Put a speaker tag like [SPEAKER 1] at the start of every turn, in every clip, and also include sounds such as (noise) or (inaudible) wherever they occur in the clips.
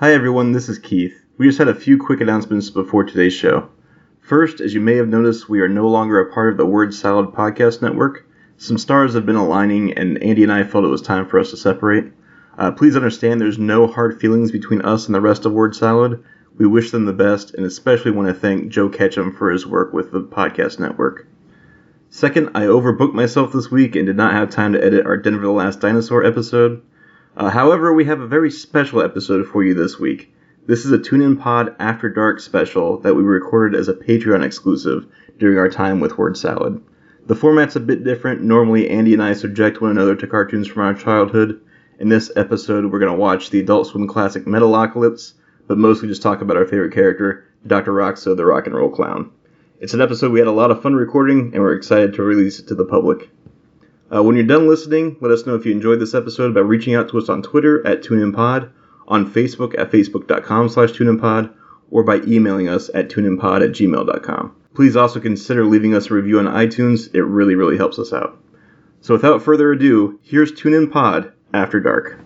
[SPEAKER 1] Hi everyone, this is Keith. We just had a few quick announcements before today's show. First, as you may have noticed, we are no longer a part of the Word Salad Podcast Network. Some stars have been aligning, and Andy and I felt it was time for us to separate. Uh, please understand there's no hard feelings between us and the rest of Word Salad. We wish them the best, and especially want to thank Joe Ketchum for his work with the podcast network. Second, I overbooked myself this week and did not have time to edit our Denver the Last Dinosaur episode. Uh, however, we have a very special episode for you this week. This is a Tune In Pod After Dark special that we recorded as a Patreon exclusive during our time with Word Salad. The format's a bit different. Normally, Andy and I subject one another to cartoons from our childhood. In this episode, we're going to watch the Adult Swim classic Metalocalypse, but mostly just talk about our favorite character, Dr. Roxo the Rock and Roll Clown. It's an episode we had a lot of fun recording, and we're excited to release it to the public. Uh, when you're done listening, let us know if you enjoyed this episode by reaching out to us on Twitter at TuneInPod, on Facebook at facebook.com slash tuneinpod, or by emailing us at tuneinpod at gmail.com. Please also consider leaving us a review on iTunes. It really, really helps us out. So without further ado, here's Tune In Pod After Dark.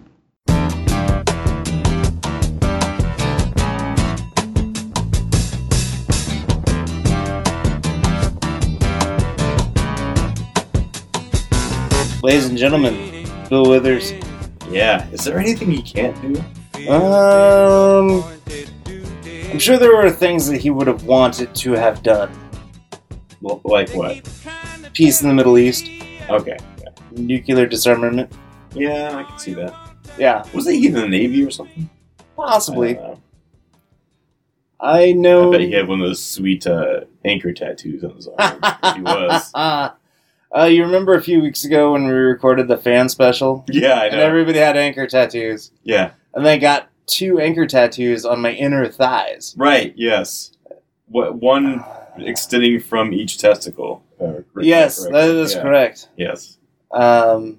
[SPEAKER 2] Ladies and gentlemen, Bill Withers.
[SPEAKER 3] Yeah. Is there anything he can't do?
[SPEAKER 2] Um, I'm sure there were things that he would have wanted to have done.
[SPEAKER 3] Well, like what?
[SPEAKER 2] Peace in the Middle East,
[SPEAKER 3] Okay.
[SPEAKER 2] nuclear disarmament.
[SPEAKER 3] Yeah, I can see that.
[SPEAKER 2] Yeah,
[SPEAKER 3] Wasn't he in the Navy or something? I,
[SPEAKER 2] possibly.
[SPEAKER 3] don't know.
[SPEAKER 2] I know.
[SPEAKER 3] Uh, I bet he had one of those sweet uh, anchor tattoos on his arm. (laughs) he was.
[SPEAKER 2] (laughs) Uh, you remember a few weeks ago when we recorded the fan special?
[SPEAKER 3] Yeah, I
[SPEAKER 2] And
[SPEAKER 3] know.
[SPEAKER 2] everybody had anchor tattoos.
[SPEAKER 3] yeah.
[SPEAKER 2] And I got two anchor tattoos on my inner thighs.
[SPEAKER 3] Right. Yes. What one extending from each testicle? Uh, correct-
[SPEAKER 2] yes,
[SPEAKER 3] correct.
[SPEAKER 2] that is
[SPEAKER 3] Yeah.
[SPEAKER 2] correct.
[SPEAKER 3] Yes.
[SPEAKER 2] Um,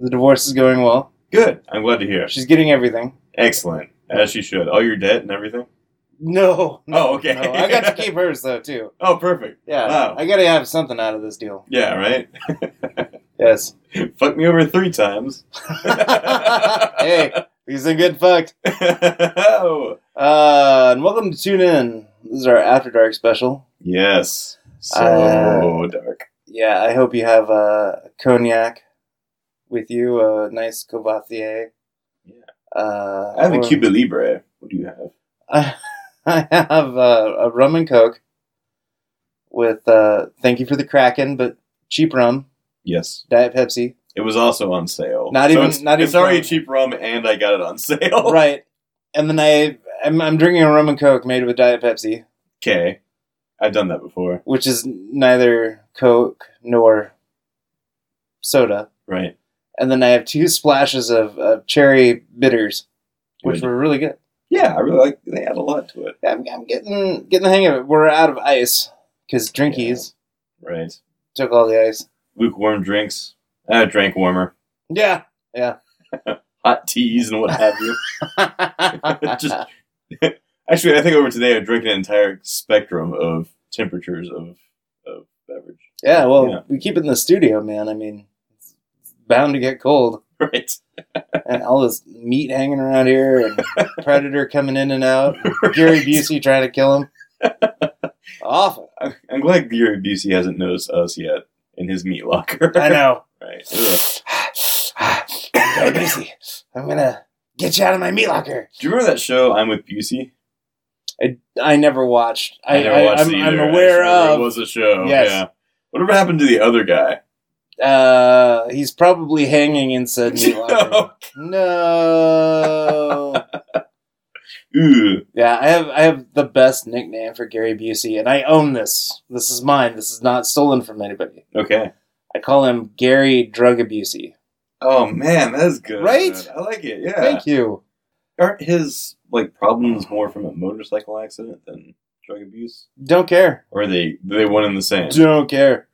[SPEAKER 2] the divorce is going well.
[SPEAKER 3] Good. I'm glad to hear.
[SPEAKER 2] She's getting everything.
[SPEAKER 3] Excellent. As she should. All your debt and everything.
[SPEAKER 2] No. no
[SPEAKER 3] Oh, okay.
[SPEAKER 2] no. I got to keep hers though too.
[SPEAKER 3] Oh, perfect.
[SPEAKER 2] Yeah.
[SPEAKER 3] Wow.
[SPEAKER 2] I got to have something out of this deal.
[SPEAKER 3] Yeah. Right. (laughs)
[SPEAKER 2] Yes.
[SPEAKER 3] Fuck me over three times.
[SPEAKER 2] (laughs)
[SPEAKER 3] (laughs)
[SPEAKER 2] hey, these are good fucked.
[SPEAKER 3] oh.
[SPEAKER 2] Uh, and welcome to Tune In. This is our After Dark special.
[SPEAKER 3] Yes. So
[SPEAKER 2] Uh,
[SPEAKER 3] dark.
[SPEAKER 2] Yeah, I hope you have uh, cognac with you, a nice Courvoisier. Yeah. Uh,
[SPEAKER 3] I have a
[SPEAKER 2] or-
[SPEAKER 3] Cuba Libre. What do you have?
[SPEAKER 2] (laughs) I, I have uh, a rum and coke with uh, thank you for the Kraken, but cheap rum,
[SPEAKER 3] Yes.
[SPEAKER 2] Diet Pepsi.
[SPEAKER 3] It was also on sale.
[SPEAKER 2] Not even-
[SPEAKER 3] It's,
[SPEAKER 2] not even
[SPEAKER 3] it's already
[SPEAKER 2] from-
[SPEAKER 3] cheap rum, and I got it on (laughs) sale.
[SPEAKER 2] right. And then I, I'm, I'm drinking a rum and coke made with Diet Pepsi,
[SPEAKER 3] Okay. I've done that before.
[SPEAKER 2] which is neither coke nor soda.
[SPEAKER 3] Right.
[SPEAKER 2] And then I have two splashes of, of cherry bitters, which
[SPEAKER 3] Good.
[SPEAKER 2] were really good.
[SPEAKER 3] Yeah, I really like. They add a lot to it.
[SPEAKER 2] I'm, I'm getting getting the hang of it. We're out of ice because Drinkies
[SPEAKER 3] Right.
[SPEAKER 2] took all the ice.
[SPEAKER 3] Lukewarm drinks. I drank warmer.
[SPEAKER 2] Yeah.
[SPEAKER 3] Hot teas and what have
[SPEAKER 2] (laughs)
[SPEAKER 3] you. (laughs) Just- (laughs) Actually, I think over today I drank an entire spectrum of temperatures of of beverage. (laughs)
[SPEAKER 2] yeah. Well,
[SPEAKER 3] Yeah.
[SPEAKER 2] we keep it in the studio, man. I mean, it's bound to get cold.
[SPEAKER 3] Right.
[SPEAKER 2] and all this meat hanging around here
[SPEAKER 3] (laughs)
[SPEAKER 2] and predator coming in and out gary busey trying to kill him
[SPEAKER 3] (laughs)
[SPEAKER 2] awful
[SPEAKER 3] I'm, I'm glad Gary Busey hasn't noticed us yet in his meat locker.
[SPEAKER 2] i know
[SPEAKER 3] (laughs) Right. Ugh.
[SPEAKER 2] gary busey i'm gonna get you out of my meat locker
[SPEAKER 3] Do you remember that show I'm with Busey?
[SPEAKER 2] i never watched i, I,
[SPEAKER 3] never
[SPEAKER 2] am
[SPEAKER 3] it
[SPEAKER 2] I'm
[SPEAKER 3] either. I just
[SPEAKER 2] aware
[SPEAKER 3] remember
[SPEAKER 2] of
[SPEAKER 3] it was a show.
[SPEAKER 2] Yes.
[SPEAKER 3] Yeah. Whatever happened to the other guy?
[SPEAKER 2] uh he's probably hanging in said
[SPEAKER 3] (laughs)
[SPEAKER 2] meat locker
[SPEAKER 3] No.
[SPEAKER 2] no
[SPEAKER 3] Ooh.
[SPEAKER 2] Yeah, I have I have the best nickname for Gary Busey, and I own this. This is mine. This is not stolen from anybody.
[SPEAKER 3] Okay.
[SPEAKER 2] I call him Gary Drug Abusey.
[SPEAKER 3] Oh man, that is good.
[SPEAKER 2] Right?
[SPEAKER 3] I like it. Yeah.
[SPEAKER 2] Thank you.
[SPEAKER 3] Aren't his like problems more from a motorcycle accident than drug abuse?
[SPEAKER 2] Don't care.
[SPEAKER 3] Or are they they one and the same?
[SPEAKER 2] Don't care.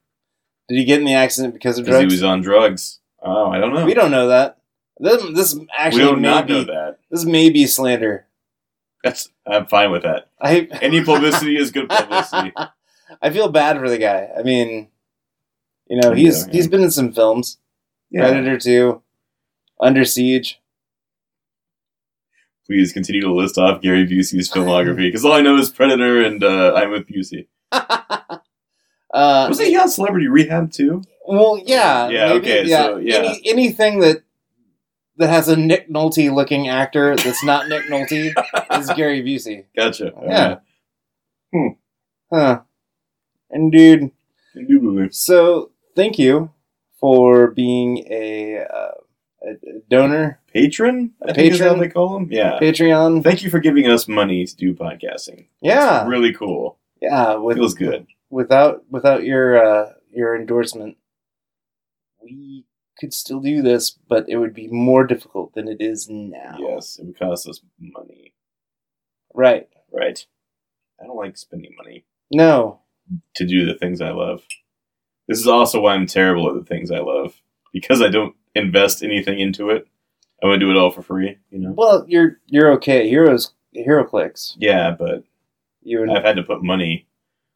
[SPEAKER 2] Did he get in the accident because of
[SPEAKER 3] Because he
[SPEAKER 2] drugs?
[SPEAKER 3] was on drugs. Oh, I don't know.
[SPEAKER 2] we don't know that. This, this actually
[SPEAKER 3] we do
[SPEAKER 2] may
[SPEAKER 3] not
[SPEAKER 2] be,
[SPEAKER 3] know that.
[SPEAKER 2] This may be slander.
[SPEAKER 3] That's I'm fine with that.
[SPEAKER 2] I
[SPEAKER 3] Any publicity
[SPEAKER 2] (laughs)
[SPEAKER 3] is good publicity.
[SPEAKER 2] I feel bad for the guy. I mean, you know,
[SPEAKER 3] I
[SPEAKER 2] he's
[SPEAKER 3] know, yeah.
[SPEAKER 2] he's been in some films.
[SPEAKER 3] Yeah.
[SPEAKER 2] Predator Two, Under Siege.
[SPEAKER 3] please continue to list off Gary Busey's filmography because all I know is Predator and uh, I'm with Busey.
[SPEAKER 2] Uh,
[SPEAKER 3] Wasn't he on Celebrity Rehab too?
[SPEAKER 2] Well, yeah,
[SPEAKER 3] Yeah, okay, so, yeah.
[SPEAKER 2] Any, anything that that has a Nick Nolte looking actor that's not Nick
[SPEAKER 3] (laughs)
[SPEAKER 2] Nolte is Gary Busey.
[SPEAKER 3] Gotcha. Uh,
[SPEAKER 2] Yeah. Huh. And dude,
[SPEAKER 3] Alright.
[SPEAKER 2] so thank you for being a, uh, a a donor,
[SPEAKER 3] Patron? I think is how
[SPEAKER 2] Patron?
[SPEAKER 3] they call him. Yeah.
[SPEAKER 2] Patreon.
[SPEAKER 3] Thank you for giving us money to do podcasting.
[SPEAKER 2] Yeah,
[SPEAKER 3] It's really cool.
[SPEAKER 2] yeah. With,
[SPEAKER 3] Feels good.
[SPEAKER 2] Without without your uh, your endorsement, we could still do this, but it would be more difficult than it is now.
[SPEAKER 3] Yes, it would cost us money.
[SPEAKER 2] Right.
[SPEAKER 3] Right. I don't like spending money
[SPEAKER 2] No.
[SPEAKER 3] to do the things I love. This is also why I'm terrible at the things I love because I don't invest anything into it. I want to do it all for free, you know.
[SPEAKER 2] Well, you're you're okay. Heroes Hero Clicks.
[SPEAKER 3] Yeah, but
[SPEAKER 2] You and
[SPEAKER 3] I've had to put money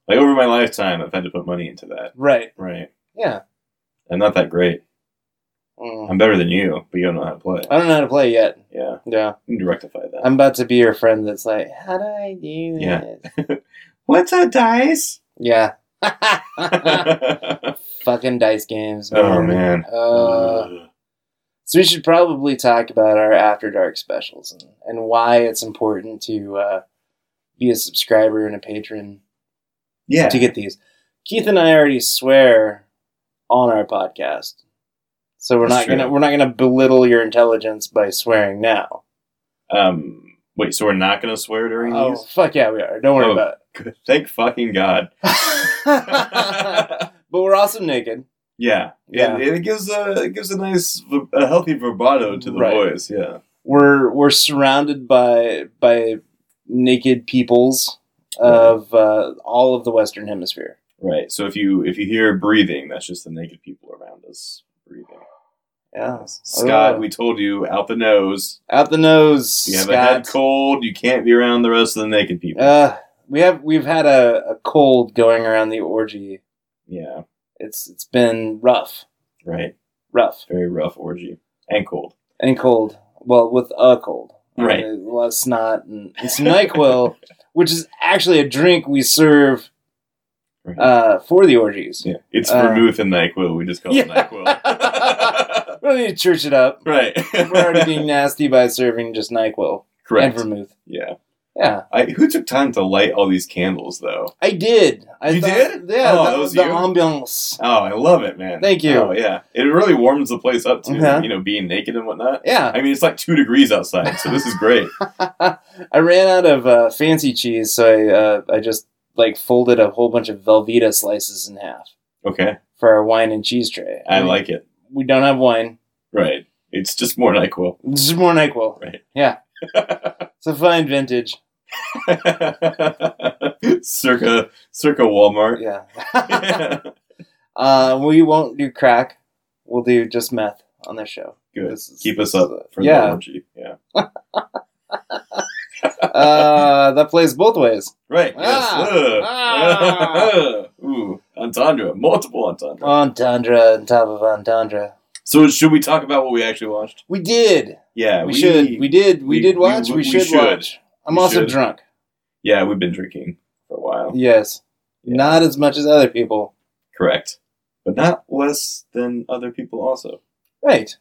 [SPEAKER 3] like over my lifetime. I've had to put money into that.
[SPEAKER 2] right.
[SPEAKER 3] Right.
[SPEAKER 2] Yeah.
[SPEAKER 3] I'm not that great.
[SPEAKER 2] Mm.
[SPEAKER 3] I'm better than you, but you don't know how to play.
[SPEAKER 2] I don't know how to play yet.
[SPEAKER 3] Yeah,
[SPEAKER 2] Yeah.
[SPEAKER 3] you need to rectify that.
[SPEAKER 2] I'm about to be your friend that's like, how do I do
[SPEAKER 3] Yeah.
[SPEAKER 2] this?
[SPEAKER 3] What's a (laughs) dice?
[SPEAKER 2] Yeah.
[SPEAKER 3] oh
[SPEAKER 2] (laughs) Fucking dice games.
[SPEAKER 3] man.
[SPEAKER 2] Uh, so we should probably talk about our After Dark specials and, and why it's important to uh, be a subscriber and a patron
[SPEAKER 3] yeah.
[SPEAKER 2] to get these. Keith and I already swear on our podcast, so we're
[SPEAKER 3] That's
[SPEAKER 2] not gonna
[SPEAKER 3] true.
[SPEAKER 2] we're not gonna belittle your intelligence by swearing now.
[SPEAKER 3] Um. Wait. So we're not gonna swear during
[SPEAKER 2] Oh
[SPEAKER 3] these?
[SPEAKER 2] fuck yeah, we are. Don't worry
[SPEAKER 3] Oh.
[SPEAKER 2] about
[SPEAKER 3] Good. Thank fucking God.
[SPEAKER 2] (laughs) it.
[SPEAKER 3] (laughs)
[SPEAKER 2] but we're also naked.
[SPEAKER 3] yeah.
[SPEAKER 2] Yeah.
[SPEAKER 3] And, and it gives a it gives a nice v- a healthy vibrato to the
[SPEAKER 2] Right.
[SPEAKER 3] voice. Yeah.
[SPEAKER 2] We're we're surrounded by by naked peoples of uh, all of the Western Hemisphere.
[SPEAKER 3] Right. So if you if you hear breathing, that's just the naked people around us breathing.
[SPEAKER 2] Yeah,
[SPEAKER 3] Scott,
[SPEAKER 2] Oh.
[SPEAKER 3] we told you out the nose.
[SPEAKER 2] out the nose.
[SPEAKER 3] You have
[SPEAKER 2] Scott.
[SPEAKER 3] a head cold. You can't be around the rest of the naked people.
[SPEAKER 2] Uh, we have we've had a, a cold going around the orgy.
[SPEAKER 3] yeah.
[SPEAKER 2] It's it's been rough,
[SPEAKER 3] Right.
[SPEAKER 2] rough
[SPEAKER 3] very rough orgy and cold.
[SPEAKER 2] and cold. Well, with a cold,
[SPEAKER 3] Right.
[SPEAKER 2] Uh, A lot of snot and, and some
[SPEAKER 3] (laughs)
[SPEAKER 2] Nyquil, which is actually a drink we serve
[SPEAKER 3] Right.
[SPEAKER 2] uh, for the orgies.
[SPEAKER 3] Yeah. It's
[SPEAKER 2] Uh,
[SPEAKER 3] vermouth and NyQuil. We just call it
[SPEAKER 2] Yeah.
[SPEAKER 3] NyQuil. (laughs)
[SPEAKER 2] We don't need to church it up.
[SPEAKER 3] right.
[SPEAKER 2] We're already being nasty by serving just Nyquil
[SPEAKER 3] (laughs) Correct.
[SPEAKER 2] and vermouth.
[SPEAKER 3] yeah.
[SPEAKER 2] Yeah,
[SPEAKER 3] I, who took time to light all these candles, though?
[SPEAKER 2] I did. I
[SPEAKER 3] You did?
[SPEAKER 2] Yeah,
[SPEAKER 3] Oh,
[SPEAKER 2] that, was
[SPEAKER 3] that was
[SPEAKER 2] the
[SPEAKER 3] you?
[SPEAKER 2] ambiance.
[SPEAKER 3] Oh, I love it, man.
[SPEAKER 2] Thank you.
[SPEAKER 3] Oh, yeah. It really warms the place up, too.
[SPEAKER 2] Uh-huh.
[SPEAKER 3] You know, being naked and whatnot.
[SPEAKER 2] Yeah,
[SPEAKER 3] I mean, it's like two degrees outside, so this is great.
[SPEAKER 2] (laughs) I ran out of uh, fancy cheese, so I uh, I just like folded a whole bunch of Velveeta slices in half
[SPEAKER 3] Okay.
[SPEAKER 2] for our wine and cheese tray.
[SPEAKER 3] I
[SPEAKER 2] mean,
[SPEAKER 3] like it.
[SPEAKER 2] We don't have wine.
[SPEAKER 3] Right. It's just more NyQuil.
[SPEAKER 2] This is more Nyquil.
[SPEAKER 3] Right. (laughs)
[SPEAKER 2] Yeah. it's a fine vintage.
[SPEAKER 3] (laughs) circa,
[SPEAKER 2] (laughs)
[SPEAKER 3] circa Walmart.
[SPEAKER 2] Yeah. uh, we won't do crack. We'll do just meth on this show.
[SPEAKER 3] Good.
[SPEAKER 2] This is-
[SPEAKER 3] Keep us
[SPEAKER 2] this is
[SPEAKER 3] up
[SPEAKER 2] a-
[SPEAKER 3] for the
[SPEAKER 2] yeah.
[SPEAKER 3] orgy. Yeah.
[SPEAKER 2] uh, that plays both ways.
[SPEAKER 3] Right.
[SPEAKER 2] Ah.
[SPEAKER 3] Yes. Ugh.
[SPEAKER 2] Ah.
[SPEAKER 3] (laughs) Ooh, entendre, multiple entendre.
[SPEAKER 2] Entendre on top of entendre.
[SPEAKER 3] so should we talk about what we actually watched?
[SPEAKER 2] We did.
[SPEAKER 3] Yeah,
[SPEAKER 2] We, should. We did. We,
[SPEAKER 3] we-
[SPEAKER 2] did watch. We,
[SPEAKER 3] we- we
[SPEAKER 2] should,
[SPEAKER 3] should.
[SPEAKER 2] watch. I'm
[SPEAKER 3] We
[SPEAKER 2] also
[SPEAKER 3] should.
[SPEAKER 2] drunk.
[SPEAKER 3] Yeah, we've been drinking for a while.
[SPEAKER 2] Yes.
[SPEAKER 3] Yeah.
[SPEAKER 2] Not as much as other people.
[SPEAKER 3] Correct, but not less than other people. Also,
[SPEAKER 2] Right.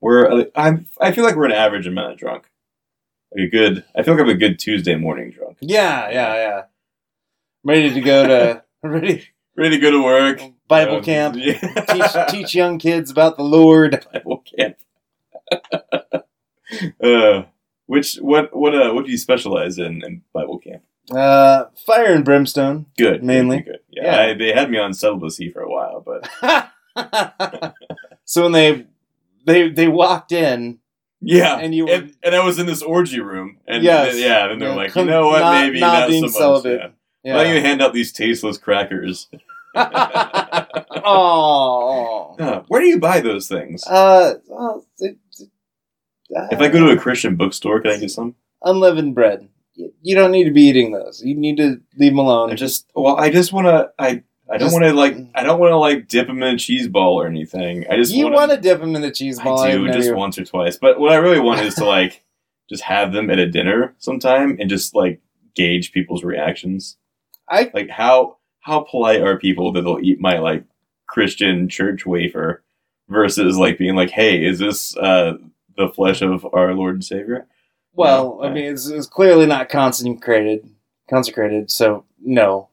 [SPEAKER 3] we're uh, I'm I feel like we're an average amount of drunk. Like a good. I feel like I'm a good Tuesday morning drunk.
[SPEAKER 2] Yeah. Yeah. Yeah. I'm ready to go
[SPEAKER 3] (laughs)
[SPEAKER 2] to ready
[SPEAKER 3] Ready to go to work.
[SPEAKER 2] Bible
[SPEAKER 3] Um,
[SPEAKER 2] camp. teach,
[SPEAKER 3] (laughs) Yeah.
[SPEAKER 2] teach young kids about the Lord.
[SPEAKER 3] Bible camp. (laughs) uh, which what what uh what do you specialize in in Bible camp?
[SPEAKER 2] Uh, fire and
[SPEAKER 3] (laughs)
[SPEAKER 2] brimstone.
[SPEAKER 3] Good,
[SPEAKER 2] Mainly.
[SPEAKER 3] Good, good. Yeah,
[SPEAKER 2] Yeah.
[SPEAKER 3] I, they had me on celibacy for a while, but
[SPEAKER 2] so when they they they walked in
[SPEAKER 3] yeah,
[SPEAKER 2] and you were
[SPEAKER 3] and, and I was in this orgy room, and
[SPEAKER 2] Yes.
[SPEAKER 3] then- yeah, and they're
[SPEAKER 2] Yeah,
[SPEAKER 3] like,
[SPEAKER 2] come-
[SPEAKER 3] you know what,
[SPEAKER 2] not-
[SPEAKER 3] maybe
[SPEAKER 2] not
[SPEAKER 3] not,
[SPEAKER 2] being
[SPEAKER 3] so much.
[SPEAKER 2] celibate.
[SPEAKER 3] Yeah. Why don't you
[SPEAKER 2] yeah.
[SPEAKER 3] hand out these tasteless crackers? (laughs)
[SPEAKER 2] (laughs) oh.
[SPEAKER 3] Yeah. Where do you buy those things?
[SPEAKER 2] Uh, well, it- it-
[SPEAKER 3] if I go to a Christian bookstore, can I get some?
[SPEAKER 2] unleavened bread, you, you don't need to be eating those. You need to leave them alone.
[SPEAKER 3] I just well, I just want to. I I don't
[SPEAKER 2] Just- mm.
[SPEAKER 3] want to like I don't want to like dip them in a cheese ball or anything. I just
[SPEAKER 2] you
[SPEAKER 3] wanna-
[SPEAKER 2] want to dip them in a cheese ball.
[SPEAKER 3] I
[SPEAKER 2] I've
[SPEAKER 3] do
[SPEAKER 2] never
[SPEAKER 3] just
[SPEAKER 2] even-
[SPEAKER 3] once or twice, but what I really want is to like (laughs) just have them at a dinner sometime and just like gauge people's reactions.
[SPEAKER 2] I-
[SPEAKER 3] like how how polite are people that they'll eat my like Christian church wafer versus like being like, hey, is this uh the flesh of our Lord and Savior?
[SPEAKER 2] Well,
[SPEAKER 3] Yeah.
[SPEAKER 2] I mean, it's, it's clearly not consecrated. Consecrated, so no.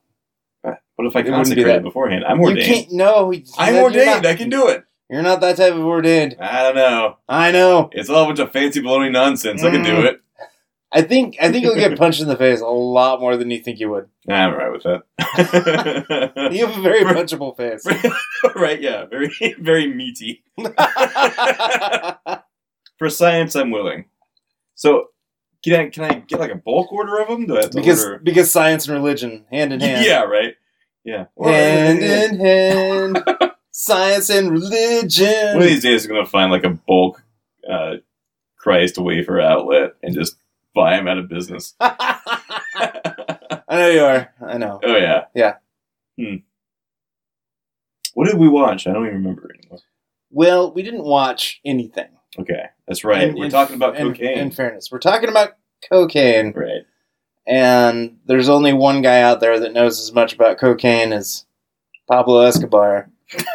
[SPEAKER 3] What if I
[SPEAKER 2] It wouldn't be
[SPEAKER 3] consecrate
[SPEAKER 2] that-
[SPEAKER 3] it beforehand? I'm
[SPEAKER 2] You
[SPEAKER 3] ordained.
[SPEAKER 2] can't. No, you-
[SPEAKER 3] I'm
[SPEAKER 2] you're
[SPEAKER 3] ordained.
[SPEAKER 2] not-
[SPEAKER 3] I can do it.
[SPEAKER 2] You're not that type of ordained.
[SPEAKER 3] I don't know.
[SPEAKER 2] I know.
[SPEAKER 3] It's all a bunch of fancy baloney nonsense. I can do
[SPEAKER 2] Mm.
[SPEAKER 3] it.
[SPEAKER 2] I think I think you'll
[SPEAKER 3] (laughs)
[SPEAKER 2] get punched in the face a lot more than you think you would.
[SPEAKER 3] Nah, I'm alright with that. (laughs)
[SPEAKER 2] You have a very punchable face.
[SPEAKER 3] right? Yeah, very, (laughs) very meaty. For science, I'm willing. So, can I can I get like a bulk order of them? Do I have to
[SPEAKER 2] because
[SPEAKER 3] order?
[SPEAKER 2] because science and religion hand in hand.
[SPEAKER 3] Yeah, right. Yeah.
[SPEAKER 2] hand in
[SPEAKER 3] (laughs)
[SPEAKER 2] hand. science and religion. (laughs)
[SPEAKER 3] One of these days, I'm gonna find like a bulk uh, Christ wafer outlet and just buy them out of business.
[SPEAKER 2] I know you are. I know.
[SPEAKER 3] Oh yeah.
[SPEAKER 2] Yeah.
[SPEAKER 3] Hmm. What did we watch? I don't even remember anymore.
[SPEAKER 2] Well, we didn't watch anything.
[SPEAKER 3] Okay, that's right.
[SPEAKER 2] In-
[SPEAKER 3] We're
[SPEAKER 2] in-
[SPEAKER 3] talking about
[SPEAKER 2] in-
[SPEAKER 3] cocaine.
[SPEAKER 2] In fairness, we're talking about cocaine,
[SPEAKER 3] right.
[SPEAKER 2] and there's only one guy out there that knows as much about cocaine as Pablo Escobar,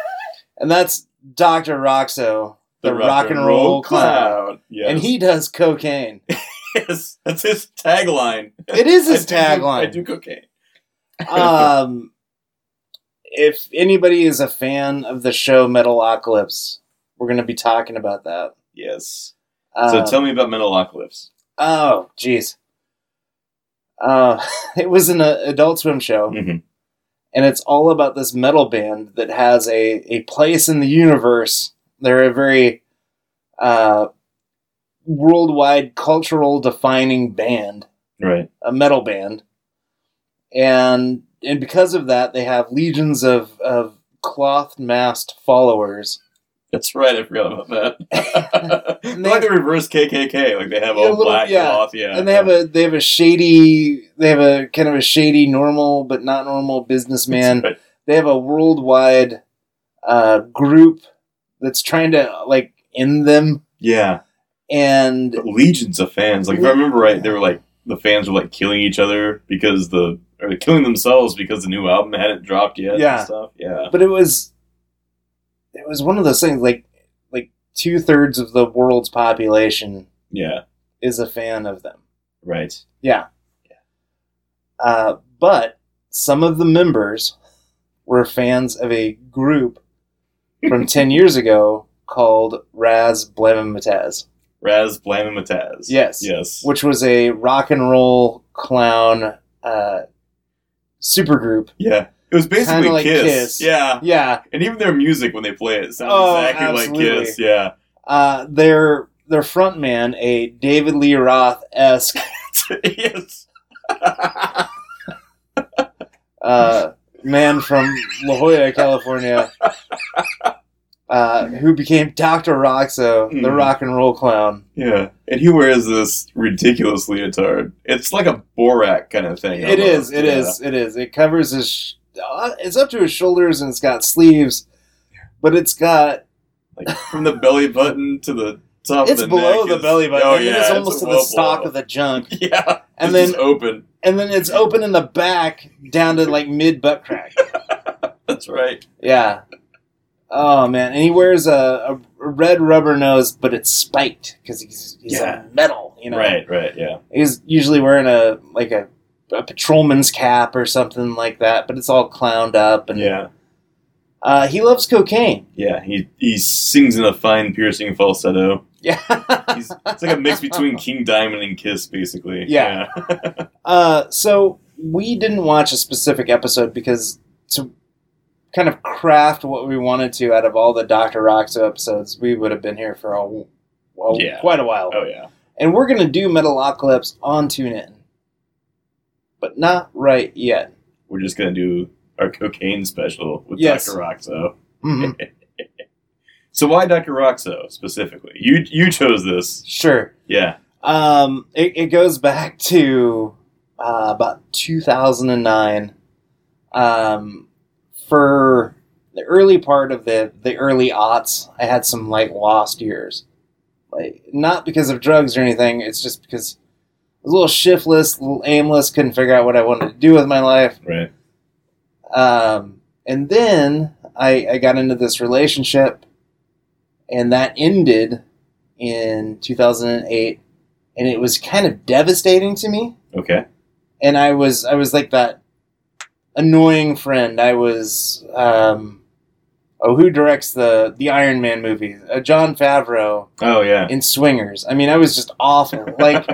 [SPEAKER 2] (laughs) and that's Doctor Roxo, the, rock, and roll, clown.
[SPEAKER 3] Yes.
[SPEAKER 2] And he does cocaine.
[SPEAKER 3] (laughs) Yes, that's his tagline.
[SPEAKER 2] It is his
[SPEAKER 3] I do- I
[SPEAKER 2] tagline.
[SPEAKER 3] do cocaine.
[SPEAKER 2] (laughs) um, if anybody is a fan of the show Metalocalypse, we're going to be talking about that.
[SPEAKER 3] Yes.
[SPEAKER 2] Um,
[SPEAKER 3] so tell me about Metalocalypse.
[SPEAKER 2] Oh, jeez. Uh, (laughs) it was an uh, Adult Swim show,
[SPEAKER 3] Mhm.
[SPEAKER 2] and it's all about this metal band that has a, a place in the universe. They're a very uh, worldwide cultural defining band,
[SPEAKER 3] Right.
[SPEAKER 2] a metal band, and and because of that, they have legions of of cloth masked followers.
[SPEAKER 3] That's right. I forgot about
[SPEAKER 2] (laughs)
[SPEAKER 3] that. They're
[SPEAKER 2] And they-
[SPEAKER 3] like the reverse KKK. Like they have
[SPEAKER 2] Yeah,
[SPEAKER 3] all
[SPEAKER 2] little-
[SPEAKER 3] black
[SPEAKER 2] yeah.
[SPEAKER 3] cloth. Yeah.
[SPEAKER 2] and they have a they have a shady they have a kind of a shady normal but not normal
[SPEAKER 3] (laughs)
[SPEAKER 2] businessman
[SPEAKER 3] That's right.
[SPEAKER 2] they have a worldwide uh, group that's trying to like end them
[SPEAKER 3] Yeah.
[SPEAKER 2] and
[SPEAKER 3] Legions of fans. Like if I remember right, they were like the fans were like killing each other because the or killing themselves because the new album hadn't dropped yet.
[SPEAKER 2] Yeah.
[SPEAKER 3] And stuff. Yeah.
[SPEAKER 2] but it was it was one of those things like like two thirds of the world's population
[SPEAKER 3] Yeah.
[SPEAKER 2] is a fan of them
[SPEAKER 3] Right.
[SPEAKER 2] uh, but some of the members were fans of a group from 10 years ago called Raz Blamimataz,
[SPEAKER 3] Raz Blamimataz.
[SPEAKER 2] Yes.
[SPEAKER 3] Yes.
[SPEAKER 2] which was a rock and roll clown uh, supergroup.
[SPEAKER 3] Yeah. It was basically
[SPEAKER 2] Kinda like
[SPEAKER 3] Kiss.
[SPEAKER 2] Kiss.
[SPEAKER 3] Yeah.
[SPEAKER 2] Yeah,
[SPEAKER 3] And even their music when they play it sounds
[SPEAKER 2] Oh,
[SPEAKER 3] exactly
[SPEAKER 2] absolutely.
[SPEAKER 3] like Kiss. Yeah.
[SPEAKER 2] uh, their their front man, a David Lee Roth esque
[SPEAKER 3] (laughs) yes.
[SPEAKER 2] uh, man from La Jolla,
[SPEAKER 3] (laughs)
[SPEAKER 2] California, uh, who became Doctor Roxo, the
[SPEAKER 3] Mm.
[SPEAKER 2] rock and roll clown.
[SPEAKER 3] Yeah. And he wears this ridiculous leotard. It's like a Borat kind of thing.
[SPEAKER 2] It is.
[SPEAKER 3] almost.
[SPEAKER 2] It
[SPEAKER 3] yeah.
[SPEAKER 2] is. It is. It covers his. Sh- uh, it's up to his shoulders and it's got sleeves, but it's got
[SPEAKER 3] Like from the belly button to the top
[SPEAKER 2] it's
[SPEAKER 3] of the
[SPEAKER 2] below
[SPEAKER 3] neck
[SPEAKER 2] the
[SPEAKER 3] is-
[SPEAKER 2] belly button.
[SPEAKER 3] Oh,
[SPEAKER 2] I mean,
[SPEAKER 3] yeah.
[SPEAKER 2] it's almost to the
[SPEAKER 3] well
[SPEAKER 2] stock
[SPEAKER 3] below.
[SPEAKER 2] of the junk,
[SPEAKER 3] (laughs) Yeah.
[SPEAKER 2] And
[SPEAKER 3] it's just
[SPEAKER 2] then-
[SPEAKER 3] open.
[SPEAKER 2] and then it's open in the back down to like mid butt crack.
[SPEAKER 3] That's right.
[SPEAKER 2] Yeah. Oh man, and he wears a, a red rubber nose, but it's spiked because he's he's
[SPEAKER 3] Yeah.
[SPEAKER 2] a metal, you know.
[SPEAKER 3] Right, right, yeah.
[SPEAKER 2] He's usually wearing a like a, a patrolman's cap or something like that, but it's all clowned up and
[SPEAKER 3] Yeah.
[SPEAKER 2] uh, he loves cocaine. (laughs)
[SPEAKER 3] Yeah. He he sings in a fine piercing falsetto.
[SPEAKER 2] Yeah.
[SPEAKER 3] He's, it's like a mix between King Diamond and Kiss, basically.
[SPEAKER 2] Yeah. Uh, so we didn't watch a specific episode because to kind of craft what we wanted to out of all the Doctor Roxo episodes, we would have been here for a, a-
[SPEAKER 3] Yeah.
[SPEAKER 2] quite a while.
[SPEAKER 3] Oh yeah.
[SPEAKER 2] And we're gonna do Metalocalypse on TuneIn, but not right
[SPEAKER 3] (laughs)
[SPEAKER 2] yet.
[SPEAKER 3] We're just gonna do our cocaine special with
[SPEAKER 2] Yes.
[SPEAKER 3] Dr. Roxo.
[SPEAKER 2] Mhm.
[SPEAKER 3] So why Dr. Roxo specifically? You you chose this.
[SPEAKER 2] sure.
[SPEAKER 3] Yeah.
[SPEAKER 2] Um, it, it goes back to uh, about 2009. Um, for the early part of the the early aughts, I had some like lost years. Like not because of drugs or anything. It's just because I was a little shiftless, a little aimless. Couldn't figure out what I wanted to do with my life.
[SPEAKER 3] Right.
[SPEAKER 2] Um, and then I, I got into this relationship, and that ended in 2008, and it was kind of devastating to me.
[SPEAKER 3] Okay.
[SPEAKER 2] And I was I was like that annoying friend. I was um, oh who directs the the Iron Man movie? Uh, John Favreau
[SPEAKER 3] Oh yeah.
[SPEAKER 2] in Swingers. I mean, I was just awful. Like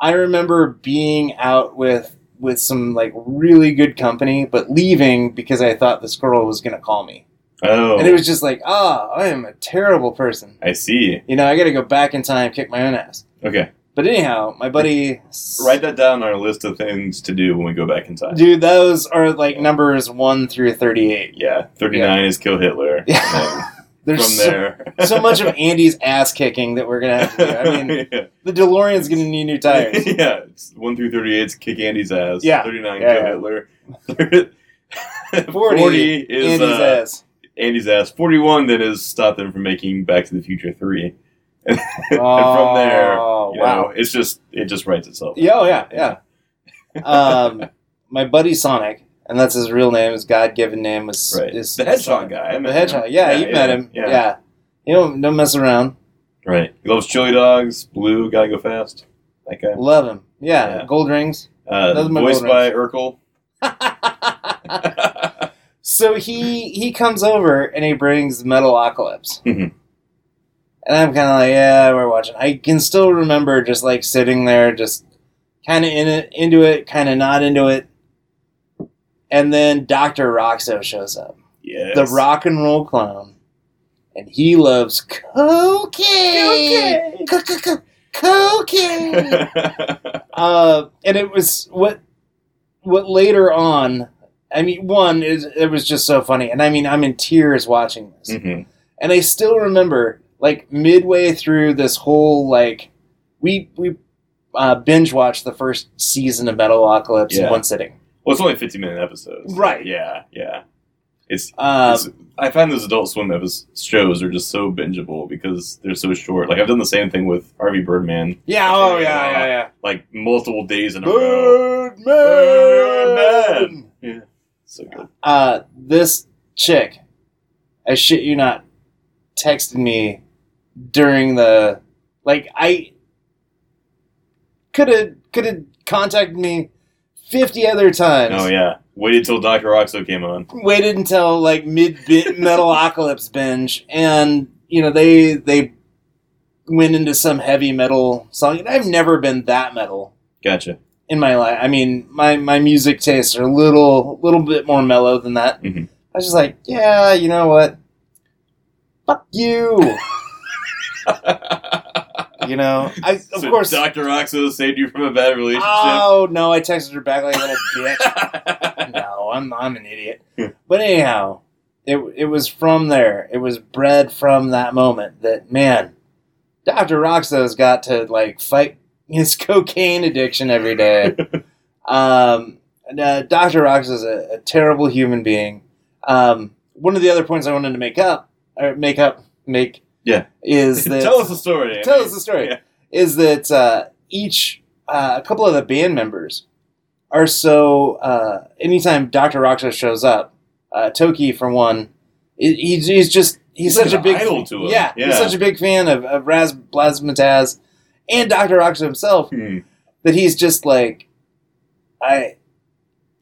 [SPEAKER 2] I remember being out with with some like really good company, but leaving because I thought this girl was gonna call me,
[SPEAKER 3] (laughs) oh.
[SPEAKER 2] and it was just like, ah, I am a terrible person.
[SPEAKER 3] I see.
[SPEAKER 2] You know, I gotta go back in time, kick my own ass.
[SPEAKER 3] Okay.
[SPEAKER 2] But anyhow, my buddy,
[SPEAKER 3] Write that down on our list of things to do when we go back in time.
[SPEAKER 2] dude, those are like numbers one through thirty-eight.
[SPEAKER 3] Yeah. Thirty nine is kill Hitler.
[SPEAKER 2] Yeah.
[SPEAKER 3] And
[SPEAKER 2] (laughs) There's
[SPEAKER 3] from
[SPEAKER 2] so,
[SPEAKER 3] there.
[SPEAKER 2] so much of Andy's ass kicking that we're gonna have to do. I mean,
[SPEAKER 3] (laughs) yeah.
[SPEAKER 2] the DeLorean's gonna need new tires.
[SPEAKER 3] (laughs) yeah, it's one through thirty-eight is kick Andy's ass.
[SPEAKER 2] Yeah.
[SPEAKER 3] thirty-nine
[SPEAKER 2] Yeah,
[SPEAKER 3] kill
[SPEAKER 2] yeah.
[SPEAKER 3] Hitler. (laughs)
[SPEAKER 2] 40, Andy's
[SPEAKER 3] is uh,
[SPEAKER 2] ass.
[SPEAKER 3] Andy's ass. Forty-one then is stop them from making Back to the Future three.
[SPEAKER 2] Oh,
[SPEAKER 3] (laughs) (laughs) from there,
[SPEAKER 2] wow.
[SPEAKER 3] You know, it's just it just writes itself.
[SPEAKER 2] Yeah, oh, yeah, yeah. um, my buddy Sonic, and that's his real name, his God given name was
[SPEAKER 3] Right.
[SPEAKER 2] is
[SPEAKER 3] The hedgehog guy, I met
[SPEAKER 2] The
[SPEAKER 3] him.
[SPEAKER 2] hedgehog, yeah,
[SPEAKER 3] Yeah,
[SPEAKER 2] you
[SPEAKER 3] yeah,
[SPEAKER 2] met him,
[SPEAKER 3] yeah.
[SPEAKER 2] yeah. You don't don't mess around.
[SPEAKER 3] Right. He loves chili dogs. Blue. Gotta go fast. That guy.
[SPEAKER 2] Love him, yeah.
[SPEAKER 3] Yeah.
[SPEAKER 2] Gold rings.
[SPEAKER 3] Uh,
[SPEAKER 2] Those are my
[SPEAKER 3] voiced
[SPEAKER 2] gold
[SPEAKER 3] by
[SPEAKER 2] rings.
[SPEAKER 3] Urkel. (laughs)
[SPEAKER 2] so he he comes over and he brings Metalocalypse.
[SPEAKER 3] Mhm.
[SPEAKER 2] And I'm kind of like, yeah, we're watching. I can still remember just like sitting there, just kind of in it, into it, kind of not into it. And then Doctor Roxo shows up,
[SPEAKER 3] yes.
[SPEAKER 2] the
[SPEAKER 3] (laughs)
[SPEAKER 2] rock and roll clown, and he loves cocaine, cocaine,
[SPEAKER 3] (laughs)
[SPEAKER 2] cocaine. Uh, and it was what what later on. I mean, one is it was just so funny, and I mean, I'm in tears watching this,
[SPEAKER 3] Mhm.
[SPEAKER 2] and I still remember like midway through this whole like we we uh, binge watched the first season of Metalocalypse
[SPEAKER 3] Yeah.
[SPEAKER 2] in one sitting.
[SPEAKER 3] Well, it's only fifteen-minute episodes.
[SPEAKER 2] Right.
[SPEAKER 3] Yeah. Yeah. It's
[SPEAKER 2] Um,
[SPEAKER 3] It's- I find those Adult Swim episodes, shows are just so bingeable because they're so short. Like I've done the same thing with Harvey Birdman,
[SPEAKER 2] yeah, oh yeah, yeah, yeah.
[SPEAKER 3] like multiple days in a row.
[SPEAKER 2] Birdman.
[SPEAKER 3] Birdman! So good.
[SPEAKER 2] uh, this chick, I shit you not, texted me during the like I could have could have contacted me fifty other times.
[SPEAKER 3] Oh yeah. Waited till Doctor Oxo came on.
[SPEAKER 2] Waited until like mid
[SPEAKER 3] (laughs)
[SPEAKER 2] metalocalypse binge, and you know they they went into some heavy metal song, and I've never been that metal
[SPEAKER 3] Gotcha.
[SPEAKER 2] in my life. I mean, my, my music tastes are a little little bit more mellow than that.
[SPEAKER 3] Mhm.
[SPEAKER 2] I was just like, yeah, you know what? Fuck you. you know, I of
[SPEAKER 3] So
[SPEAKER 2] course.
[SPEAKER 3] Doctor Oxo saved you from a bad relationship. (laughs)
[SPEAKER 2] Oh no! I texted her back like a little bitch. no, I'm I'm an idiot. but anyhow, it it was from there. It was bred from that moment that man, Doctor Roxo's got to like fight (laughs) his cocaine addiction every
[SPEAKER 3] (laughs)
[SPEAKER 2] day. um, and, uh, Doctor Roxo's a, a terrible human being. Um, one of the other points I wanted to make up or make up make
[SPEAKER 3] Yeah.
[SPEAKER 2] is that
[SPEAKER 3] (laughs) Tell us the story. Andy.
[SPEAKER 2] Tell us the story.
[SPEAKER 3] Yeah.
[SPEAKER 2] is that uh, each uh, a couple of the band members are so uh, anytime Doctor Roxo shows up, uh, Toki for one, he- he's, he's just he's,
[SPEAKER 3] He's
[SPEAKER 2] such
[SPEAKER 3] an
[SPEAKER 2] a big
[SPEAKER 3] idol to him.
[SPEAKER 2] Yeah,
[SPEAKER 3] Yeah.
[SPEAKER 2] he's such a big fan of, of Raz Blasmataz and Doctor Roxo himself
[SPEAKER 3] Hmm.
[SPEAKER 2] that he's just like I.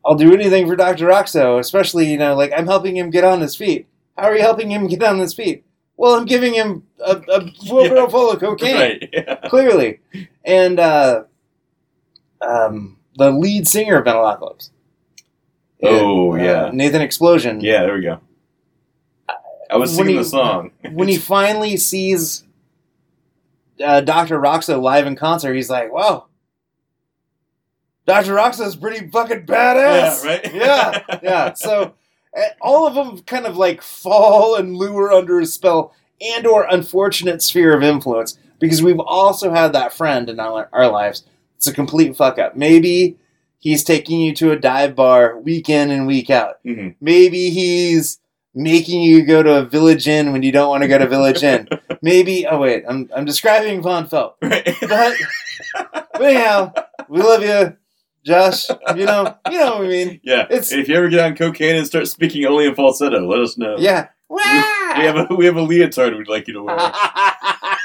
[SPEAKER 2] I'll do anything for Dr. Roxo, especially, you know, like I'm helping him get on his feet. How are you helping him get on his feet? Well, I'm giving him a, a full
[SPEAKER 3] (laughs) Yeah.
[SPEAKER 2] barrel full of cocaine
[SPEAKER 3] Right. Yeah.
[SPEAKER 2] clearly. And uh, um, the lead singer of Metalocalypse.
[SPEAKER 3] Oh, yeah.
[SPEAKER 2] uh, Nathan Explosion.
[SPEAKER 3] (laughs) Yeah. There we go. I was
[SPEAKER 2] When
[SPEAKER 3] singing
[SPEAKER 2] he-
[SPEAKER 3] the song.
[SPEAKER 2] When he finally sees uh, Doctor Roxo live in concert, he's like, "Wow, Doctor Roxo's pretty fucking badass."
[SPEAKER 3] Yeah,
[SPEAKER 2] (laughs)
[SPEAKER 3] right? (laughs)
[SPEAKER 2] Yeah, yeah. So uh, all of them kind of like fall and lure under his spell and or unfortunate sphere of influence because we've also had that friend in our, our lives. It's a complete fuck up. Maybe he's taking you to a dive bar week in and week out.
[SPEAKER 3] Mhm.
[SPEAKER 2] Maybe he's making you go to a village inn when you don't want to go to village inn. Maybe. Oh wait, I'm I'm describing Von Felt.
[SPEAKER 3] Right.
[SPEAKER 2] But, but anyhow, we love you, Josh. You know, you know what I mean.
[SPEAKER 3] yeah.
[SPEAKER 2] It's-
[SPEAKER 3] if you ever get on cocaine and start speaking only in falsetto, let us know.
[SPEAKER 2] Yeah.
[SPEAKER 3] We have a we have a leotard we'd like you to
[SPEAKER 2] (laughs)
[SPEAKER 3] wear.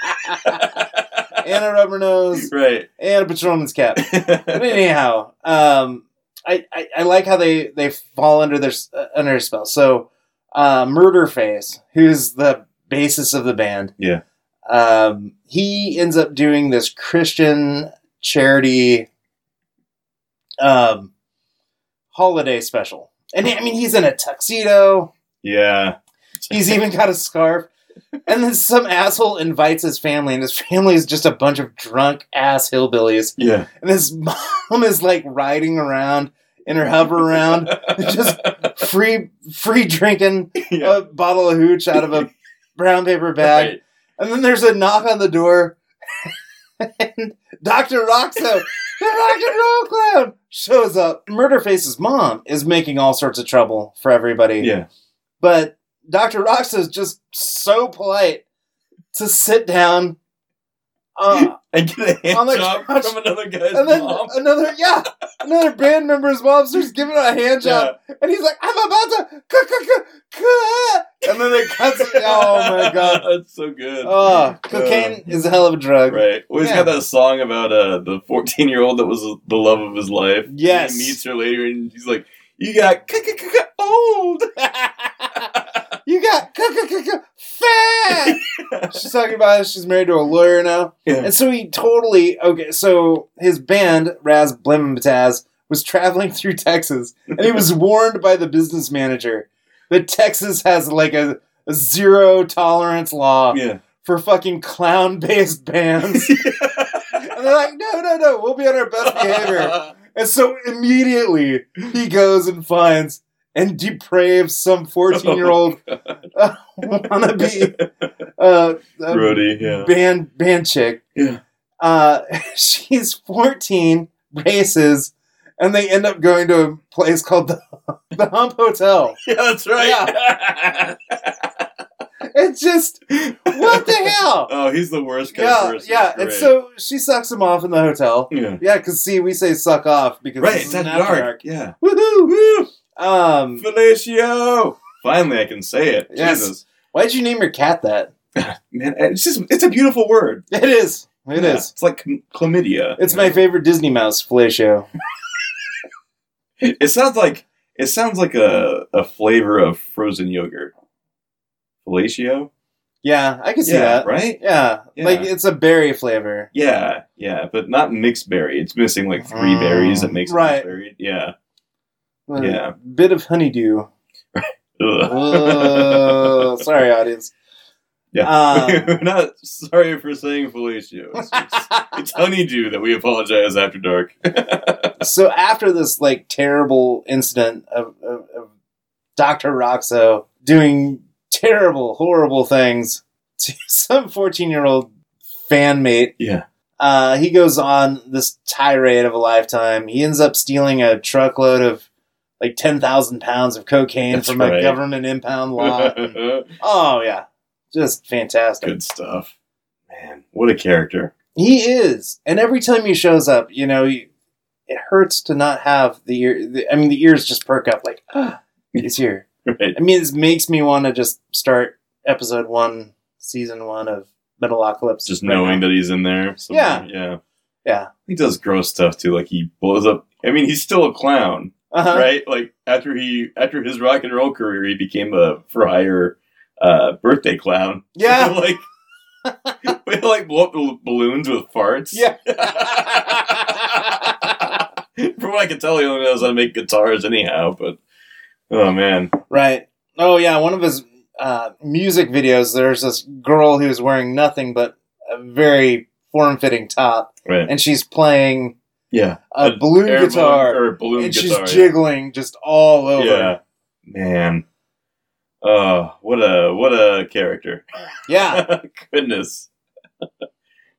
[SPEAKER 2] and a rubber nose
[SPEAKER 3] right.
[SPEAKER 2] and a patrolman's cap. But anyhow, um, I, I I like how they they fall under their s- uh, under their spell. So, uh, Murder Face, who's the bassist of the band,
[SPEAKER 3] Yeah.
[SPEAKER 2] um, he ends up doing this Christian charity um holiday special, and I mean he's in a tuxedo.
[SPEAKER 3] yeah.
[SPEAKER 2] He's even got a scarf. And then some asshole invites his family, and his family is just a bunch of drunk ass hillbillies.
[SPEAKER 3] Yeah.
[SPEAKER 2] And his mom is like riding around in her hover around, (laughs) just free free drinking
[SPEAKER 3] (laughs) Yeah.
[SPEAKER 2] a bottle of hooch out of a brown paper bag.
[SPEAKER 3] Right.
[SPEAKER 2] And then there's a knock on the door, and Doctor Roxo, the rock and roll clown, shows up. Murderface's mom is making all sorts of trouble for everybody.
[SPEAKER 3] Yeah.
[SPEAKER 2] But Dr. Rox is just so polite to sit down uh,
[SPEAKER 3] And get a hand
[SPEAKER 2] On the
[SPEAKER 3] job
[SPEAKER 2] couch.
[SPEAKER 3] from another guy's
[SPEAKER 2] and then (laughs)
[SPEAKER 3] mom.
[SPEAKER 2] another yeah another band member's mom starts giving her a hand job and he's like I'm about to k- k- k- k-" and then they cuts it oh my god
[SPEAKER 3] (laughs) That's so good.
[SPEAKER 2] oh cocaine is a hell of a
[SPEAKER 3] Uh,
[SPEAKER 2] drug
[SPEAKER 3] right. Well, he's
[SPEAKER 2] Yeah.
[SPEAKER 3] got that song about uh, the 14 year old that was the love of his life.
[SPEAKER 2] Yes.
[SPEAKER 3] He meets her later and he's like, You got k- k- k- k-
[SPEAKER 2] (laughs)
[SPEAKER 3] old.
[SPEAKER 2] you got k- k- k- k- fat
[SPEAKER 3] (laughs)
[SPEAKER 2] she's talking about it. She's married to a lawyer now.
[SPEAKER 3] Yeah.
[SPEAKER 2] And so he totally okay, so his band, Raz Blim and Bataz, was traveling (laughs) through Texas and he
[SPEAKER 3] (laughs)
[SPEAKER 2] was warned by the business manager that Texas has like a, a zero tolerance law
[SPEAKER 3] yeah.
[SPEAKER 2] for fucking clown based
[SPEAKER 3] (laughs)
[SPEAKER 2] bands. and they're like, no, no, no, we'll be on our best
[SPEAKER 3] (laughs)
[SPEAKER 2] behavior. And so immediately he goes and finds and depraves some 14 year
[SPEAKER 3] (laughs)
[SPEAKER 2] old
[SPEAKER 3] Oh,
[SPEAKER 2] wannabe uh, uh,
[SPEAKER 3] Brody, yeah.
[SPEAKER 2] band band chick.
[SPEAKER 3] Yeah.
[SPEAKER 2] Uh, (laughs) she's 14, races, and they end up going to a place called the, (laughs) the Hump Hotel.
[SPEAKER 3] (laughs) Yeah, that's right. (laughs)
[SPEAKER 2] It's just what the hell?
[SPEAKER 3] Oh, he's the worst kind of
[SPEAKER 2] yeah,
[SPEAKER 3] person.
[SPEAKER 2] yeah.
[SPEAKER 3] (laughs) It's
[SPEAKER 2] And
[SPEAKER 3] great.
[SPEAKER 2] so she sucks him off in the hotel.
[SPEAKER 3] Yeah.
[SPEAKER 2] Yeah, because see, we say suck off because
[SPEAKER 3] Right,
[SPEAKER 2] this
[SPEAKER 3] it's
[SPEAKER 2] is
[SPEAKER 3] that
[SPEAKER 2] an
[SPEAKER 3] dark.
[SPEAKER 2] after
[SPEAKER 3] Yeah.
[SPEAKER 2] Woohoo!
[SPEAKER 3] Woo!
[SPEAKER 2] Um,
[SPEAKER 3] Felicio! Finally, I can say it.
[SPEAKER 2] Yes.
[SPEAKER 3] Jesus.
[SPEAKER 2] why'd you name your cat that? (laughs)
[SPEAKER 3] Man, it's just, it's a beautiful word.
[SPEAKER 2] It is. It is.
[SPEAKER 3] Yeah. It's like chlam- chlamydia.
[SPEAKER 2] It's
[SPEAKER 3] you know?
[SPEAKER 2] my favorite Disney mouse, Felatio.
[SPEAKER 3] It sounds like it sounds like a, a flavor of frozen yogurt. Fellatio?
[SPEAKER 2] Yeah, I can see
[SPEAKER 3] yeah,
[SPEAKER 2] that.
[SPEAKER 3] right?
[SPEAKER 2] Yeah,
[SPEAKER 3] Yeah.
[SPEAKER 2] like it's a berry flavor.
[SPEAKER 3] Yeah, yeah, but not mixed berry. It's missing like three
[SPEAKER 2] Mm,
[SPEAKER 3] berries that makes
[SPEAKER 2] right.
[SPEAKER 3] it mixed berry. Yeah.
[SPEAKER 2] Uh,
[SPEAKER 3] Yeah.
[SPEAKER 2] Bit of
[SPEAKER 3] (laughs)
[SPEAKER 2] honeydew.
[SPEAKER 3] Ugh.
[SPEAKER 2] Oh, sorry, audience.
[SPEAKER 3] Yeah.
[SPEAKER 2] Um,
[SPEAKER 3] We're (laughs) not sorry for saying fellatio. It's, it's, it's honeydew that we apologize after dark.
[SPEAKER 2] so after this like terrible incident of, of, of Dr. Roxo doing terrible, horrible things to (laughs) some 14 year old fan mate,
[SPEAKER 3] Yeah.
[SPEAKER 2] uh, he goes on this tirade of a lifetime. He ends up stealing a truckload of like 10,000 pounds of cocaine
[SPEAKER 3] That's
[SPEAKER 2] from a
[SPEAKER 3] right.
[SPEAKER 2] government impound lot. And- oh, yeah. Just fantastic.
[SPEAKER 3] (laughs) Good stuff. Man, what a character.
[SPEAKER 2] He is, and every time he shows up, you know, you, it hurts to not have the ear. The, I mean, the ears just perk up like, (gasps) ah, he's here.
[SPEAKER 3] Right.
[SPEAKER 2] I mean, it makes me want to just start episode one, season one of Metalocalypse.
[SPEAKER 3] Just knowing that he's in there. somewhere. Yeah.
[SPEAKER 2] Yeah.
[SPEAKER 3] He does gross stuff too. Like he blows up. I mean, he's still a clown.
[SPEAKER 2] uh
[SPEAKER 3] right? Like after he after his rock and roll career, he became a friar uh, birthday clown. (laughs)
[SPEAKER 2] Yeah.
[SPEAKER 3] like we like blow up the balloons with farts.
[SPEAKER 2] Yeah.
[SPEAKER 3] (laughs) From what I can tell, he only knows how to make guitars anyhow. But oh man,
[SPEAKER 2] Right. Oh yeah, one of his uh, music videos. There's this girl who's wearing nothing but a very form-fitting top,
[SPEAKER 3] right?
[SPEAKER 2] and she's playing
[SPEAKER 3] yeah,
[SPEAKER 2] a,
[SPEAKER 3] A
[SPEAKER 2] balloon
[SPEAKER 3] Air
[SPEAKER 2] guitar.
[SPEAKER 3] balloon, or balloon
[SPEAKER 2] and
[SPEAKER 3] guitar.
[SPEAKER 2] she's
[SPEAKER 3] yeah.
[SPEAKER 2] jiggling just all over.
[SPEAKER 3] Yeah, man. Oh, what a what a character.
[SPEAKER 2] Yeah.
[SPEAKER 3] (laughs) Goodness.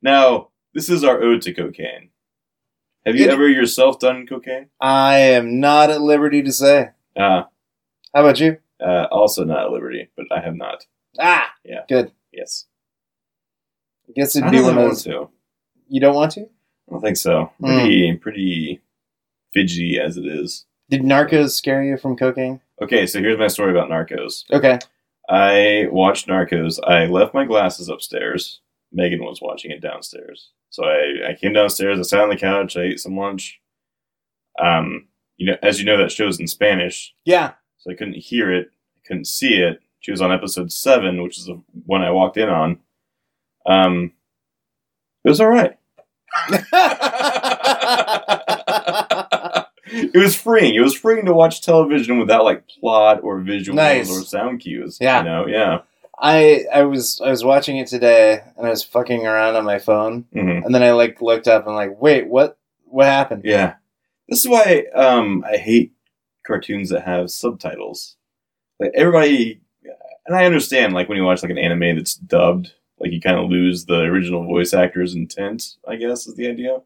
[SPEAKER 3] now, this is our ode to cocaine. Have you
[SPEAKER 2] It-
[SPEAKER 3] ever yourself done cocaine?
[SPEAKER 2] I am not at liberty to say.
[SPEAKER 3] Uh,
[SPEAKER 2] How about you?
[SPEAKER 3] uh, also not at liberty, but I have not.
[SPEAKER 2] Ah,
[SPEAKER 3] Yeah.
[SPEAKER 2] good.
[SPEAKER 3] Yes.
[SPEAKER 2] I guess
[SPEAKER 3] I
[SPEAKER 2] it'd
[SPEAKER 3] don't
[SPEAKER 2] be one of
[SPEAKER 3] want
[SPEAKER 2] those.
[SPEAKER 3] to. I
[SPEAKER 2] You don't want to?
[SPEAKER 3] don't think so.
[SPEAKER 2] Mm.
[SPEAKER 3] Pretty, pretty fidgety as it is.
[SPEAKER 2] Did Narcos scare you from cocaine?
[SPEAKER 3] Okay, so here's my story about Narcos.
[SPEAKER 2] Okay.
[SPEAKER 3] I watched Narcos. I left my glasses upstairs. Megan was watching it downstairs. So I, I came downstairs. I sat on the couch. I ate some lunch. Um, you know, as you know, that show's in Spanish,
[SPEAKER 2] Yeah.
[SPEAKER 3] so I couldn't hear it, I couldn't see it. She was on episode seven, which is the one I walked in on. Um, it was all right. it was freeing. It was freeing to watch television without like plot or visuals
[SPEAKER 2] Nice.
[SPEAKER 3] or sound cues.
[SPEAKER 2] Yeah.
[SPEAKER 3] you know, yeah.
[SPEAKER 2] I I was I was watching it today and I was fucking around on my phone
[SPEAKER 3] hmm
[SPEAKER 2] and then I like looked up and like wait what what happened?
[SPEAKER 3] Yeah. This is why um, I hate cartoons that have subtitles. Like everybody, and I understand like when you watch like an anime that's dubbed, like you kind of lose the original voice actor's intent. I guess is the idea.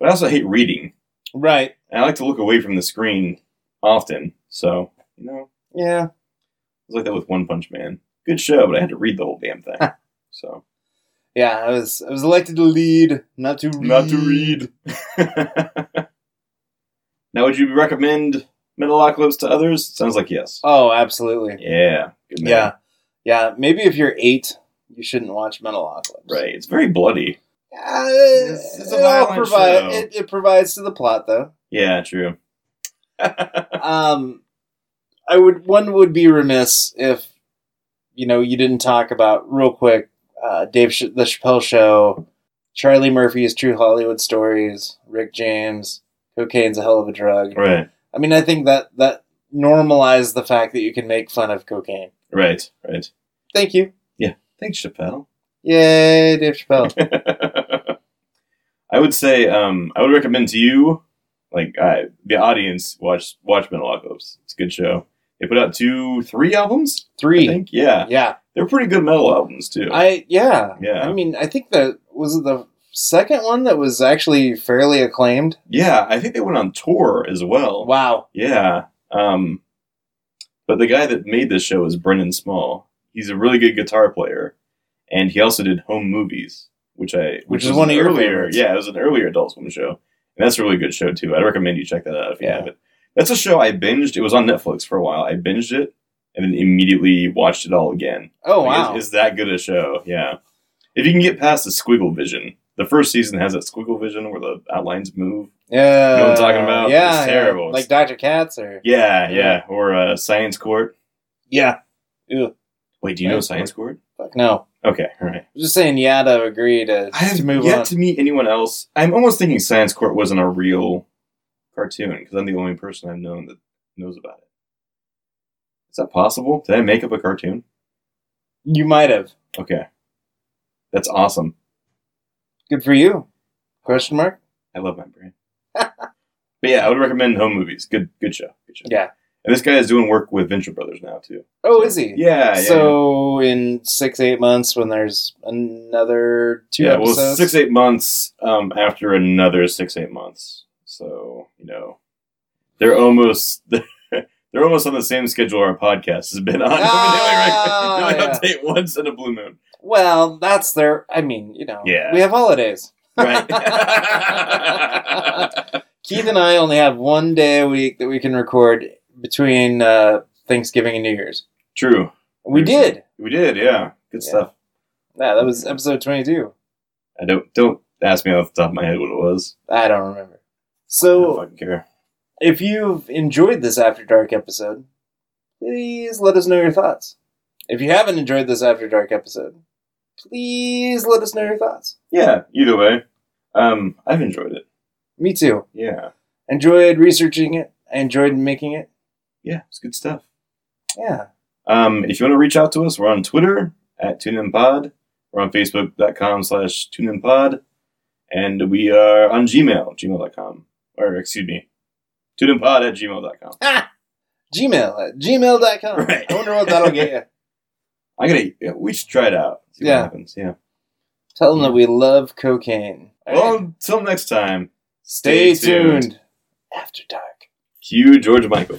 [SPEAKER 3] But I also hate reading,
[SPEAKER 2] Right.
[SPEAKER 3] and I like to look away from the screen often. So you know,
[SPEAKER 2] Yeah.
[SPEAKER 3] it was like that with One Punch Man. Good show, but I had to read the whole damn thing. so
[SPEAKER 2] Yeah. I was I was elected to lead, not to read.
[SPEAKER 3] not to read.
[SPEAKER 2] (laughs)
[SPEAKER 3] now, would you recommend Metalocalypse to others? Sounds like yes.
[SPEAKER 2] Oh, absolutely.
[SPEAKER 3] Yeah. Good man.
[SPEAKER 2] Yeah. Yeah. Maybe if you're eight, you shouldn't watch Metalocalypse.
[SPEAKER 3] Right. It's very bloody.
[SPEAKER 2] Uh,
[SPEAKER 3] This is a
[SPEAKER 2] it'll
[SPEAKER 3] violent
[SPEAKER 2] provide-
[SPEAKER 3] show.
[SPEAKER 2] it, it provides to the plot
[SPEAKER 3] (laughs)
[SPEAKER 2] though.
[SPEAKER 3] Yeah,
[SPEAKER 2] (laughs)
[SPEAKER 3] true.
[SPEAKER 2] um, I would one would be remiss if you know you didn't talk about real quick uh, Dave Ch- the Chappelle Show, Charlie Murphy's True Hollywood Stories, Rick James, cocaine's a hell of a drug.
[SPEAKER 3] Right.
[SPEAKER 2] I mean, I think that that normalized the fact that you can make fun of cocaine.
[SPEAKER 3] Right. Right.
[SPEAKER 2] Thank you.
[SPEAKER 3] Thanks, Chappelle.
[SPEAKER 2] Yay, Dave Chappelle.
[SPEAKER 3] (laughs) I would say um, I would recommend to you, like I, the audience, watch watch Metalocalypse. It's a good show. They put out two, three albums. I
[SPEAKER 2] Three.
[SPEAKER 3] think. Yeah,
[SPEAKER 2] Yeah.
[SPEAKER 3] they're pretty good metal albums too.
[SPEAKER 2] I yeah.
[SPEAKER 3] Yeah.
[SPEAKER 2] I mean, I think that was it the second one that was actually fairly acclaimed.
[SPEAKER 3] yeah, I think they went on tour as well.
[SPEAKER 2] Wow.
[SPEAKER 3] Yeah. Um, but the guy that made this show is Brennan Small. He's a really good guitar player, and he also did home movies, which I
[SPEAKER 2] Which is
[SPEAKER 3] was
[SPEAKER 2] one
[SPEAKER 3] an
[SPEAKER 2] of your
[SPEAKER 3] earlier.
[SPEAKER 2] favorites.
[SPEAKER 3] Yeah, it was an earlier Adult Swim show, and that's a really good show too. I'd recommend you check that out if you
[SPEAKER 2] Yeah.
[SPEAKER 3] haven't. That's a show I binged. It was on Netflix for a while. I binged it and then immediately watched it all again.
[SPEAKER 2] Oh
[SPEAKER 3] Like, it's-
[SPEAKER 2] wow.
[SPEAKER 3] it's, that good a show? Yeah. If you can get past the squiggle vision, the first season has that squiggle vision where the outlines move.
[SPEAKER 2] Yeah.
[SPEAKER 3] You know what I'm talking about?
[SPEAKER 2] Yeah.
[SPEAKER 3] It's
[SPEAKER 2] yeah.
[SPEAKER 3] terrible.
[SPEAKER 2] Like Dr. Katz or.
[SPEAKER 3] Yeah, yeah. Or uh, Science Court.
[SPEAKER 2] Yeah. Ew,
[SPEAKER 3] Wait, do you know
[SPEAKER 2] Science
[SPEAKER 3] Science Court?
[SPEAKER 2] fuck no.
[SPEAKER 3] Okay, all right.
[SPEAKER 2] I'm just saying yeah to agree to,
[SPEAKER 3] I have
[SPEAKER 2] to move
[SPEAKER 3] yet
[SPEAKER 2] on.
[SPEAKER 3] to meet anyone else. I'm almost thinking Science Court wasn't a real cartoon because I'm the only person I've known that knows about it. Is that possible? Did I make up a cartoon?
[SPEAKER 2] you might have.
[SPEAKER 3] Okay, that's awesome.
[SPEAKER 2] Good for you. Question mark?
[SPEAKER 3] I love my (laughs) brain. but yeah, I would recommend Home Movies. Good, good show. Good show.
[SPEAKER 2] Yeah.
[SPEAKER 3] And this guy is doing work with Venture Brothers now too.
[SPEAKER 2] Oh, is he?
[SPEAKER 3] Yeah. yeah
[SPEAKER 2] So in six, eight months when there's another two
[SPEAKER 3] yeah,
[SPEAKER 2] episodes.
[SPEAKER 3] well, six eight months um, after another six eight months. So you know, they're almost (laughs) they're almost on the same schedule our podcast has been on. (laughs)
[SPEAKER 2] Ah,
[SPEAKER 3] we only
[SPEAKER 2] yeah.
[SPEAKER 3] update once in a blue moon,
[SPEAKER 2] Well, that's their. I mean, you know.
[SPEAKER 3] Yeah.
[SPEAKER 2] We have holidays. (laughs)
[SPEAKER 3] right?
[SPEAKER 2] Keith and I only have one day a week that we can record between uh, Thanksgiving and New Year's.
[SPEAKER 3] True,
[SPEAKER 2] We
[SPEAKER 3] Very
[SPEAKER 2] did.
[SPEAKER 3] we did. Yeah, good
[SPEAKER 2] Yeah.
[SPEAKER 3] stuff.
[SPEAKER 2] Yeah, that was episode 22.
[SPEAKER 3] I don't don't ask me off the top of my head what it was.
[SPEAKER 2] I don't remember.
[SPEAKER 3] I don't
[SPEAKER 2] So,
[SPEAKER 3] fucking care.
[SPEAKER 2] if you've enjoyed this After Dark episode, please let us know your thoughts. If you haven't enjoyed this After Dark episode, please let us know your thoughts.
[SPEAKER 3] Yeah, either way, um, I've enjoyed it.
[SPEAKER 2] Me too.
[SPEAKER 3] Yeah,
[SPEAKER 2] Enjoyed researching it. I enjoyed making it.
[SPEAKER 3] yeah, it's good stuff.
[SPEAKER 2] Yeah.
[SPEAKER 3] Um, if you want to reach out to us, we're on Twitter at TuneInPod. We're on Facebook.com slash TuneInPod. And we are on Gmail, gmail.com. Or, excuse me, TuneInPod at gmail.com.
[SPEAKER 2] Gmail at gmail.com.
[SPEAKER 3] Right.
[SPEAKER 2] I wonder what that'll get you.
[SPEAKER 3] I'm going to, yeah, we should try it out. See
[SPEAKER 2] Yeah.
[SPEAKER 3] what happens. Yeah.
[SPEAKER 2] Tell them that we love cocaine.
[SPEAKER 3] Well, until next time,
[SPEAKER 2] stay
[SPEAKER 3] stay tuned.
[SPEAKER 2] tuned. After Dark.
[SPEAKER 3] cue George Michael.